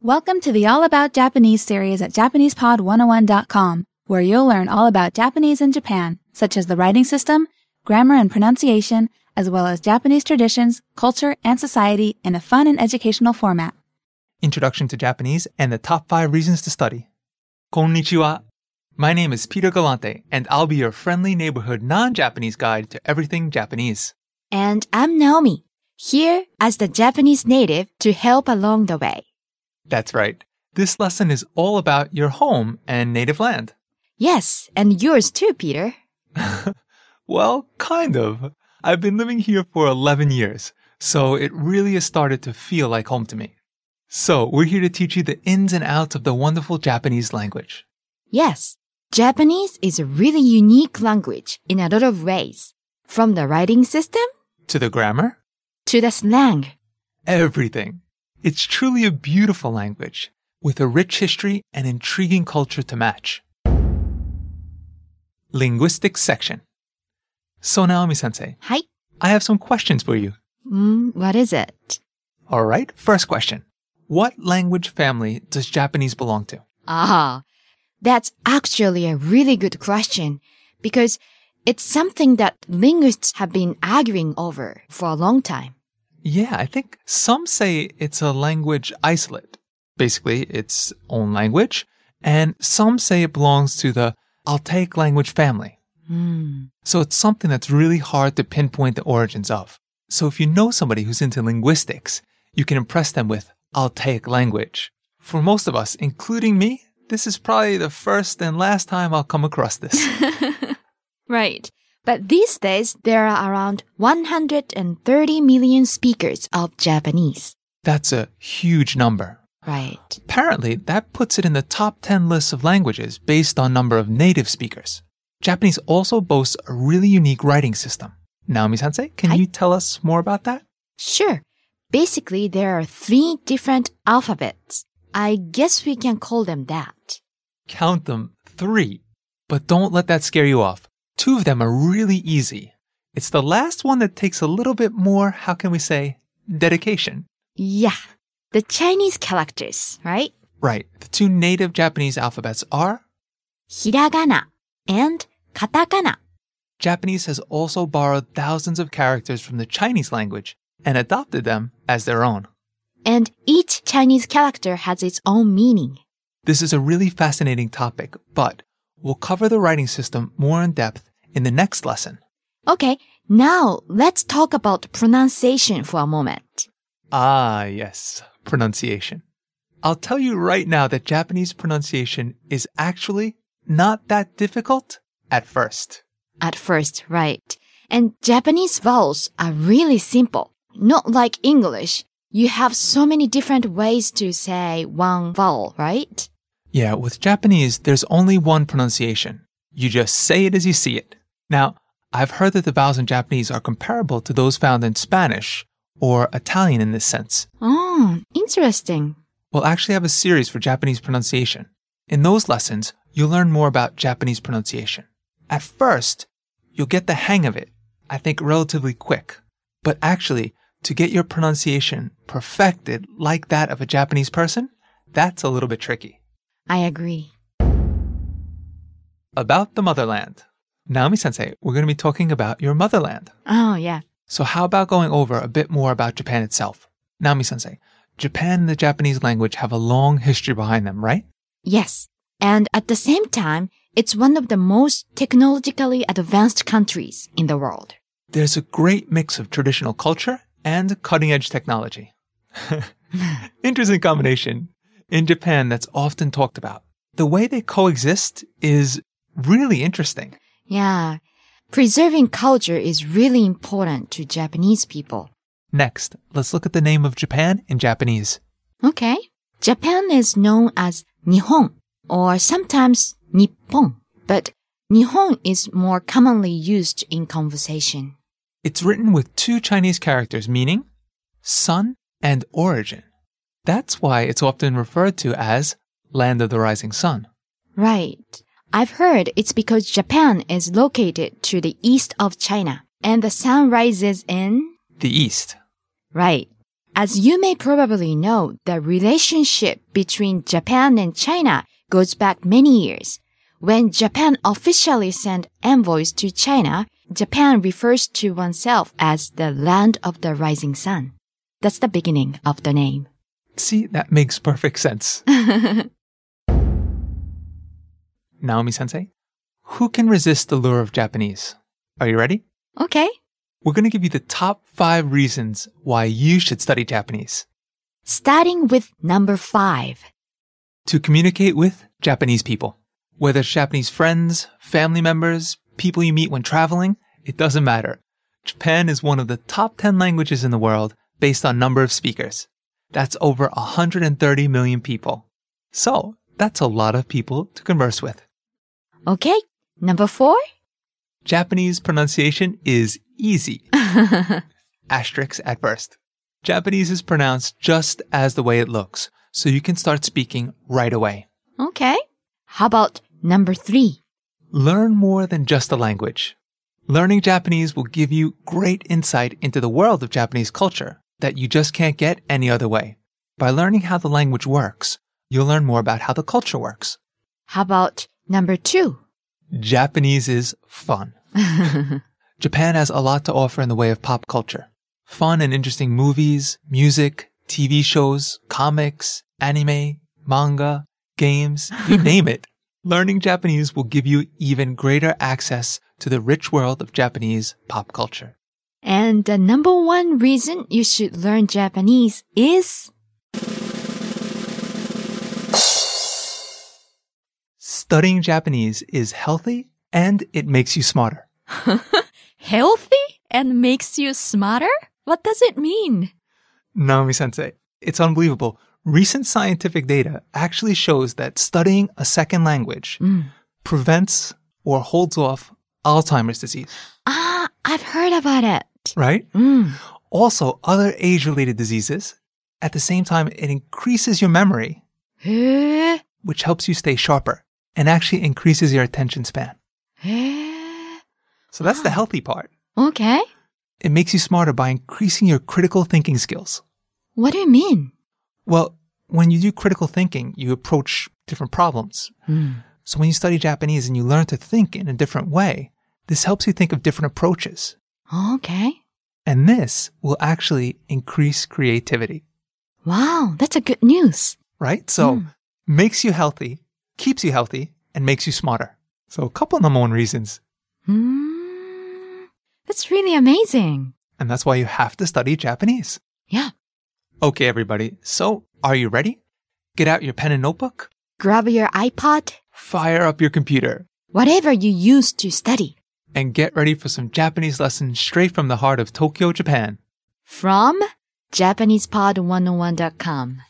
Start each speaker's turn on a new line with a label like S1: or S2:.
S1: Welcome to the All About Japanese series at JapanesePod101.com, where you'll learn all about Japanese in Japan, such as the writing system, grammar and pronunciation, as well as Japanese traditions, culture, and society in a fun and educational format.
S2: Introduction to Japanese and the Top 5 Reasons to Study. Konnichiwa. My name is Peter Galante, and I'll be your friendly neighborhood non Japanese guide to everything Japanese.
S3: And I'm Naomi, here as the Japanese native to help along the way.
S2: That's right. This lesson is all about your home and native land.
S3: Yes, and yours too, Peter.
S2: Well, kind of. I've been living here for 11 years, so it really has started to feel like home to me. So, we're here to teach you the ins and outs of the wonderful Japanese language.
S3: Yes, Japanese is a really unique language in a lot of ways, from the writing system
S2: To the grammar,
S3: to the slang.
S2: everything. It's truly a beautiful language with a rich history and intriguing culture to match. Linguistics section. So, Naomi sensei,
S3: Hi.
S2: I have some questions for you.
S3: Mm, what is it?
S2: All right, first question What language family does Japanese belong to?
S3: Ah, that's actually a really good question because it's something that linguists have been arguing over for a long time.
S2: Yeah, I think some say it's a language isolate, basically its own language, and some say it belongs to the Altaic language family.
S3: Hmm.
S2: So it's something that's really hard to pinpoint the origins of. So if you know somebody who's into linguistics, you can impress them with Altaic language. For most of us, including me, this is probably the first and last time I'll come across this.
S3: Right. But these days, there are around 130 million speakers of Japanese.
S2: that's a huge number.
S3: Right.
S2: Apparently, that puts it in the top 10 lists of languages based on number of native speakers. Japanese also boasts a really unique writing system. Naomi sensei, can
S3: Hi.
S2: you tell us more about that?
S3: Sure. Basically, there are three different alphabets. I guess we can call them that.
S2: Count them three. But don't let that scare you off. Two of them are really easy. It's the last one that takes a little bit more, how can we say, dedication.
S3: Yeah. The Chinese characters, right?
S2: Right, the two native Japanese alphabets are
S3: Hiragana and katakana.
S2: Japanese has also borrowed thousands of characters from the Chinese language and adopted them as their own.
S3: And each Chinese character has its own meaning.
S2: This is a really fascinating topic, but we'll cover the writing system more in depth in the next lesson.
S3: Okay. Now let's talk about pronunciation for a moment.
S2: Ah, yes, pronunciation. I'll tell you right now that Japanese pronunciation is actually not that difficult at first.
S3: at first, right? And Japanese vowels are really simple. Not like English. You have so many different ways to say one vowel, right?
S2: Yeah, with Japanese, there's only one pronunciation. You just say it as you see it. Now, I've heard that the vowels in Japanese are comparable to those found in Spanish or Italian in this sense.
S3: Oh, interesting.
S2: We'll actually have a series for Japanese pronunciation. In those lessons, you'll learn more about Japanese pronunciation. At first, you'll get the hang of it, I think relatively quick. But actually, to get your pronunciation perfected like that of a Japanese person, that's a little bit tricky.
S3: I agree.
S2: About the motherland. Naomi sensei, we're going to be talking about your motherland.
S3: Oh, yeah.
S2: So, how about going over a bit more about Japan itself? Naomi sensei, Japan and the Japanese language have a long history behind them, right?
S3: Yes. And at the same time, it's one of the most technologically advanced countries in the world.
S2: There's a great mix of traditional culture and cutting edge technology. Interesting combination. In Japan, that's often talked about. The way they coexist is really interesting.
S3: Yeah. Preserving culture is really important to Japanese people.
S2: Next, let's look at the name of Japan in Japanese.
S3: Okay. Japan is known as Nihon or sometimes Nippon, but Nihon is more commonly used in conversation.
S2: It's written with two Chinese characters meaning sun and origin. That's why it's often referred to as land of the rising sun.
S3: Right. I've heard it's because Japan is located to the east of China and the sun rises in
S2: The east.
S3: right. As you may probably know, the relationship between Japan and China goes back many years. When Japan officially sent envoys to China, Japan refers to oneself as the land of the rising sun. That's the beginning of the name.
S2: See, that makes perfect sense. Naomi sensei, who can resist the lure of Japanese? Are you ready?
S3: Okay.
S2: We're going to give you the top five reasons why you should study Japanese
S3: Starting with number five.
S2: to communicate with Japanese people. Whether it's Japanese friends, family members, people you meet when traveling, it doesn't matter. Japan is one of the top 10 languages in the world based on number of speakers. That's over 130 million people. So, that's a lot of people to converse with.
S3: Okay. Number four.
S2: Japanese pronunciation is easy. Asterisk at first. Japanese is pronounced just as the way it looks, so you can start speaking right away.
S3: Okay. How about number three?
S2: Learn more than just the language. Learning Japanese will give you great insight into the world of Japanese culture that you just can't get any other way. By learning how the language works, you'll learn more about how the culture works.
S3: How about number two?
S2: Japanese is fun. Japan has a lot to offer in the way of pop culture. Fun and interesting movies, music, TV shows, comics, anime, manga, games, you name it. Learning Japanese will give you even greater access to the rich world of Japanese pop culture.
S3: And the number one reason you should learn Japanese is
S2: Studying Japanese is healthy and it makes you smarter.
S3: healthy and makes you smarter? What does it mean?
S2: Naomi sensei, it's unbelievable. Recent scientific data actually shows that studying a second language prevents or holds off Alzheimer's disease,
S3: Ah, I've heard about it.
S2: right?
S3: Mm.
S2: Also, other age related diseases. At the same time, it increases your memory,
S3: Huh?
S2: which helps you stay sharper and actually increases your attention span.
S3: Huh?
S2: So that's the healthy part.
S3: Okay.
S2: It makes you smarter by increasing your critical thinking skills.
S3: What do you mean?
S2: Well, when you do critical thinking, you approach different problems. So when you study Japanese and you learn to think in a different way, this helps you think of different approaches.
S3: Okay.
S2: And this will actually increase creativity,
S3: Wow, that's a good news.
S2: right? So makes you healthy, keeps you healthy, and makes you smarter. So a couple number one reasons.
S3: Hmm. That's really amazing.
S2: And that's why you have to study Japanese.
S3: Yeah.
S2: Okay, everybody. So are you ready? Get out your pen and notebook,
S3: Grab your iPod,
S2: fire up your computer,
S3: whatever you use to study.
S2: and get ready for some Japanese lessons straight from the heart of Tokyo, Japan.
S3: oh From JapanesePod101.com.